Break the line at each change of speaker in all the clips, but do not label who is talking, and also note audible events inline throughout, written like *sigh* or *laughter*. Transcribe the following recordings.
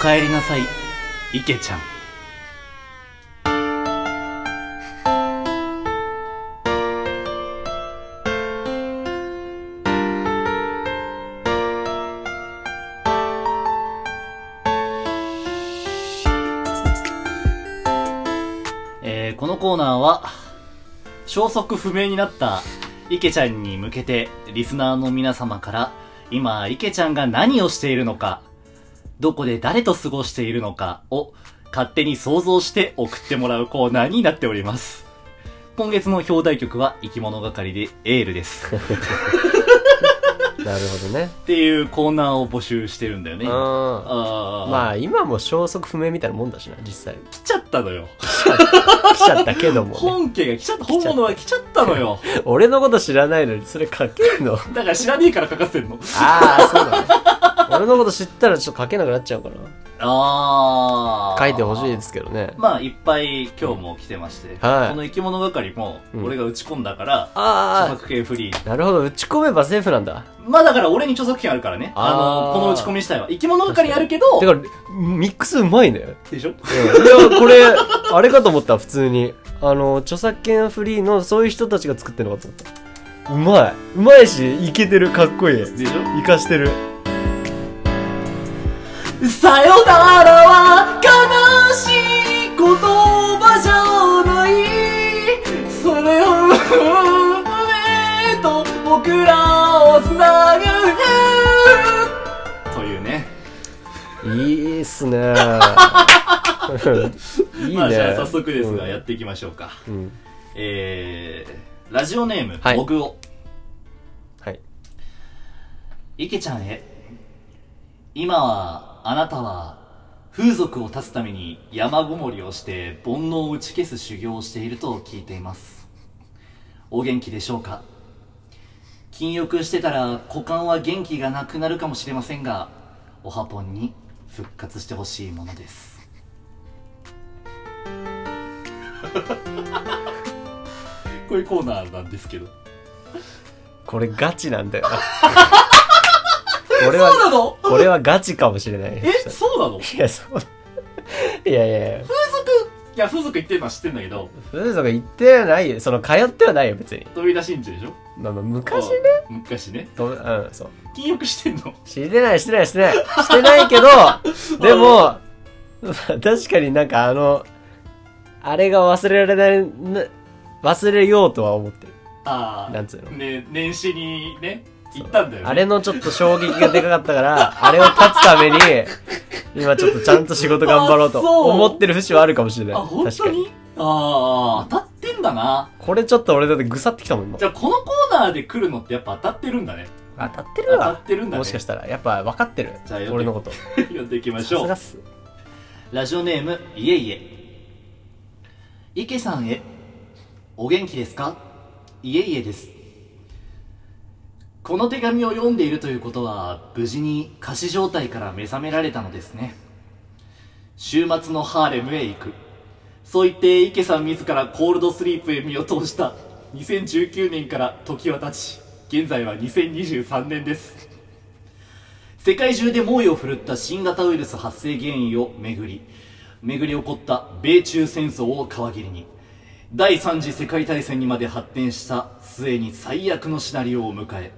かえりなさい池ちゃんえーこのコーナーは消息不明になった池ちゃんに向けてリスナーの皆様から今池ちゃんが何をしているのかどこで誰と過ごしているのかを勝手に想像して送ってもらうコーナーになっております今月の表題曲は生き物係でエール
*laughs*
ですっ
なるほどね
ていうコーナーを募集してるんだよね
うん
今ああ、ま
まあ今も消息不明みたいなもんだしな *laughs* 実際
あ、来ちゃったのよ。
来ちゃったけども、ね、
本家が来ちゃった、本物は来ちゃったの
*laughs*
よ。
俺のこと知らないのにそれ書けんのあ
だから知らねえから書かせてんの。
*laughs* あそうだね俺のこと知ったらちょっと書けなくなっちゃうから
あ。
書いてほしいですすけどね
まあ、いっぱい今日も来てまして、
はい
この生き物係も、
うん
俺が打ち込んだから、著
あ
作権フリー。
あなるほど打ち込めばセーフなんだ
まあだから俺に著作権あるからね。あ
あー
の、この打ち込み自体は。生き物係やるけど、
てかミックスうまいね
でしょ
いやこれあれかと思った普通にあの著作権フリーのそういう人たちが作ってるのかと思ったうまいうまいしいけてるかっこいい
でし
生かしてる
ょさよならは悲しい言葉じゃない。それを、と僕らをつなぐ。というね。
いいっ
*laughs*
すねいいね、、
まあじゃあ早速ですが、やってていきましょうか。
うん、
えー、ラジオネーム、
はい
僕を、
はい
池ちゃんへ。今は、あなたは、風俗を断つために山ごもりをして煩悩を打ち消す修行をしていると聞いています。お元気でしょうか禁欲してたら股間は元気がなくなるかもしれませんが、おはぽんに復活してほしいもの
*laughs*
です。こういうコーナーなんですけど。
これガチなんだよなこれは
そうなの
これはガチかもしれない
え、そうなの
いやそういやいやいや
風俗いや風俗行ってるのは知ってんだけど
風俗行ってはないよその通ってはないよ別に、
飛び出しんちでしょ
まあ、まあ昔ね
うん昔ね
とうんそう
禁欲してんの
してない、してない、してない。してないけど、
*laughs*
でも、確かになんかあの、あれが忘れられないな、忘れようとは思ってる。
ああ
なんつうの
ね年始にね行ったんだよね
あれのちょっと衝撃がでかかったから、あれを勝つために、今ちょっとちゃんと仕事頑張ろうと
あそう
思ってる節はあるかもしれない。
あ本
確
当
か
に。ああ当たってんだな
これちょっと俺だってぐさってきたもん、今。
じ
当
ゃあこのコーナーで来るのってやっぱ当たってるんだね
たって
当
る
た
わ
っ。てるんだね
もしか
し
したら、やっぱ分かってる
*laughs* じゃあ呼ん。で
俺のこと。
てやっていきましょ
さす
う
がっす。
ラジオネーム、いえいえ。池さんへ、お元気ですかいえいえです。この手紙を読んでいるということは、無事に仮死状態から目覚められたのですね。週末のハーレムへ行く。そう言って池さん自らコールドスリープへ身を通した2019年から時は経ち、現在は2023年です。世界中で猛威を振るった新型ウイルス発生原因をめぐり巡り起こった米中戦争を皮切りに第3次世界大戦にまで発展した末に最悪のシナリオを迎え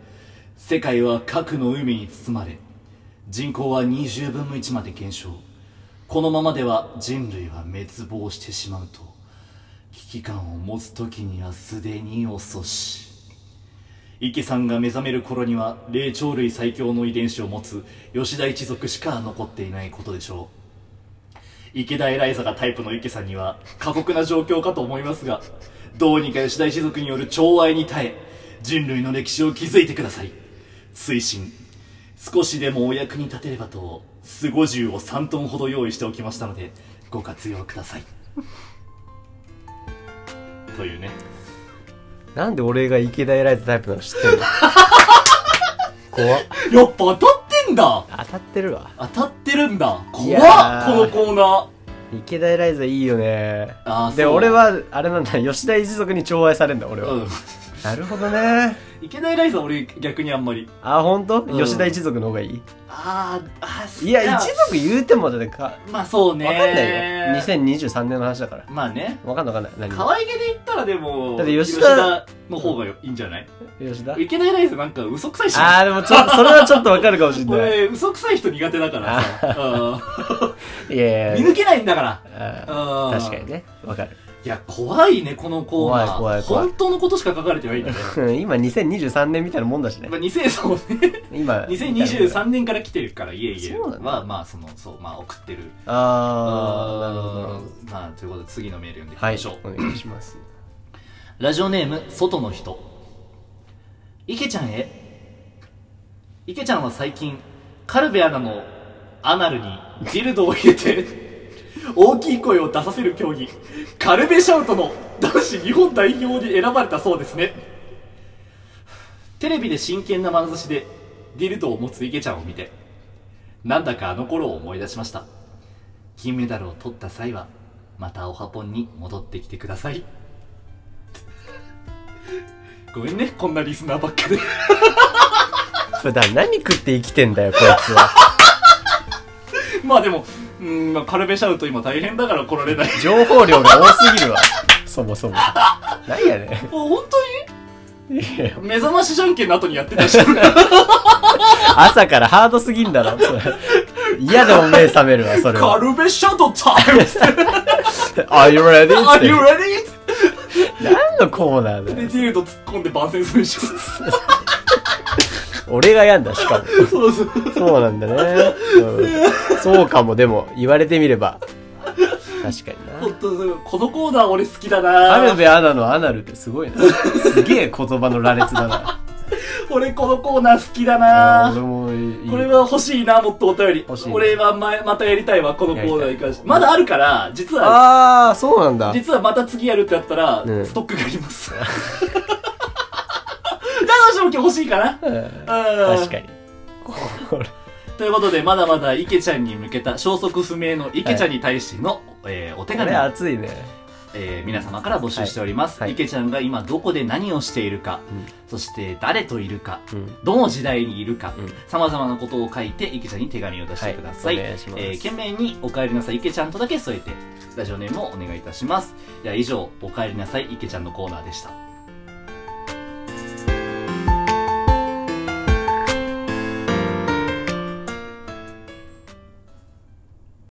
世界は核の海に包まれ人口は20分の1まで減少このままでは人類は滅亡してしまうと危機感を持つ時にはすでに遅し池さんが目覚める頃には霊長類最強の遺伝子を持つ吉田一族しか残っていないことでしょう池田エライザがタイプの池さんには過酷な状況かと思いますがどうにか吉田一族による寵愛に耐え人類の歴史を築いてください推進少しでもお役に立てればとスゴ銃を3トンほど用意しておきましたのでご活用くださいというね
なんで俺が池田エライズタイプなの知って
*laughs*
るの怖っ
やっぱ当たってんだ
当たってるわ。
当たってるんだ
い
怖
や
っ
ー
このコーナ
池田エライザいいよね
あー
で
そう
俺はあれなんだ吉田一族に寵愛されんだ俺
ー
は、
うん
なるほどね。
池田エライザ俺逆にあんまり
あ、本当、
うん
吉田一族の方がいい
あーあー
いや、一族言うてもだってか、わ
まあそう
か
ね
んないよ。2023年の話だから。
まあね
わかんないわかんない。何
可愛げで言ったらでも
だって吉田
の方がよいいんじゃない
吉田
池田エライザなんか嘘くさいし
あー、でもちょ、それはちょっとわかるかもしれ
*laughs*
ない。
俺嘘くさい人苦手だからさ
いや
うん
いや *laughs*
見
い
抜けないんだから
や。あー
確
確かにね。わかる。
いや怖いねこのコーナー
怖い怖い怖い
本当のことしか書かれてないんだね
うん今2023年みたいなもんだしね
ま。あ2000そうね
今。
2023年から来てるからいえいえ
そうなんだ
はまあそのそうまあ送ってる
あー、なるほどなるほど。
どまあということで次のメール読んでいき
は
ま
い
しょう、、
お願いします。
ラジオネーム外の人池ちゃんへ池ちゃんは最近カルベアナのアナルにディルドを入れて大きい声を出させる競技カルベシャウトの男子日本代表に選ばれたそうですねテレビで真剣な眼差しでディルドを持つ池ちゃんを見てなんだかあの頃を思い出しました金メダルを取った際はまたオハポンに戻ってきてくださいごめんね、こんなリスナーばっかで。 *laughs*
普段何食って生きてんだよ、こいつ
*laughs*
は。
まあでも、うーん、まあカルベシャウト今大変だから来られない。
情報量が多すぎるわ。そもそも。なんやね
もう本
ん。いや
当に目覚ましじゃんけんの後にやってたし。 *laughs*
朝からハードすぎんだろ。それ嫌でも目覚めるわ、それ
カ
は。
ルベシャウトタイ *laughs* ム
*laughs* Are you ready?
!Are you ready?
*laughs* 何のコーナーだ
で、デ
よ。
ィルド突っ込んで番宣するでしょ。
俺がやんだ、しかも。
そうそう。
そうなんだね。うんそうかも、でも、言われてみれば。確かにな。
本当そうこのコーナー俺好きだ
アル
な
ベアナのアナルってすごいな。すげえ言葉の羅列だな。
俺このコーナー好きだ
うん
な
俺もいい。
これは欲しいな、もっとお便り
欲し。い
俺は前またやりたいわ、このコーナーに関して。まだあるから、実は、
ああ、そうなんだ。
実はまた次やるってやったら、
うん
ストックがあります。 *laughs* だとしても今日欲しいかな
うん
確
確かに。 *laughs* これ
ということで、まだまだ池ちゃんに向けた消息不明の池ちゃんに対しての、えーお手
こ
紙
れ
を、
熱いね。
えー皆様から募集しております、
はいはい
池ちゃんが今どこで何をしているか、
うん
そして誰といるか、
うん。
どの時代にいるか
うん、
さまざまなことを書いて、池ちゃんに手紙を出してください。
はいお願いします
えー懸命に、お帰りなさい、池ちゃんとだけ添えて、ラジオネームをお願いいたします。では、以上、お帰りなさい、池ちゃんのコーナーでした。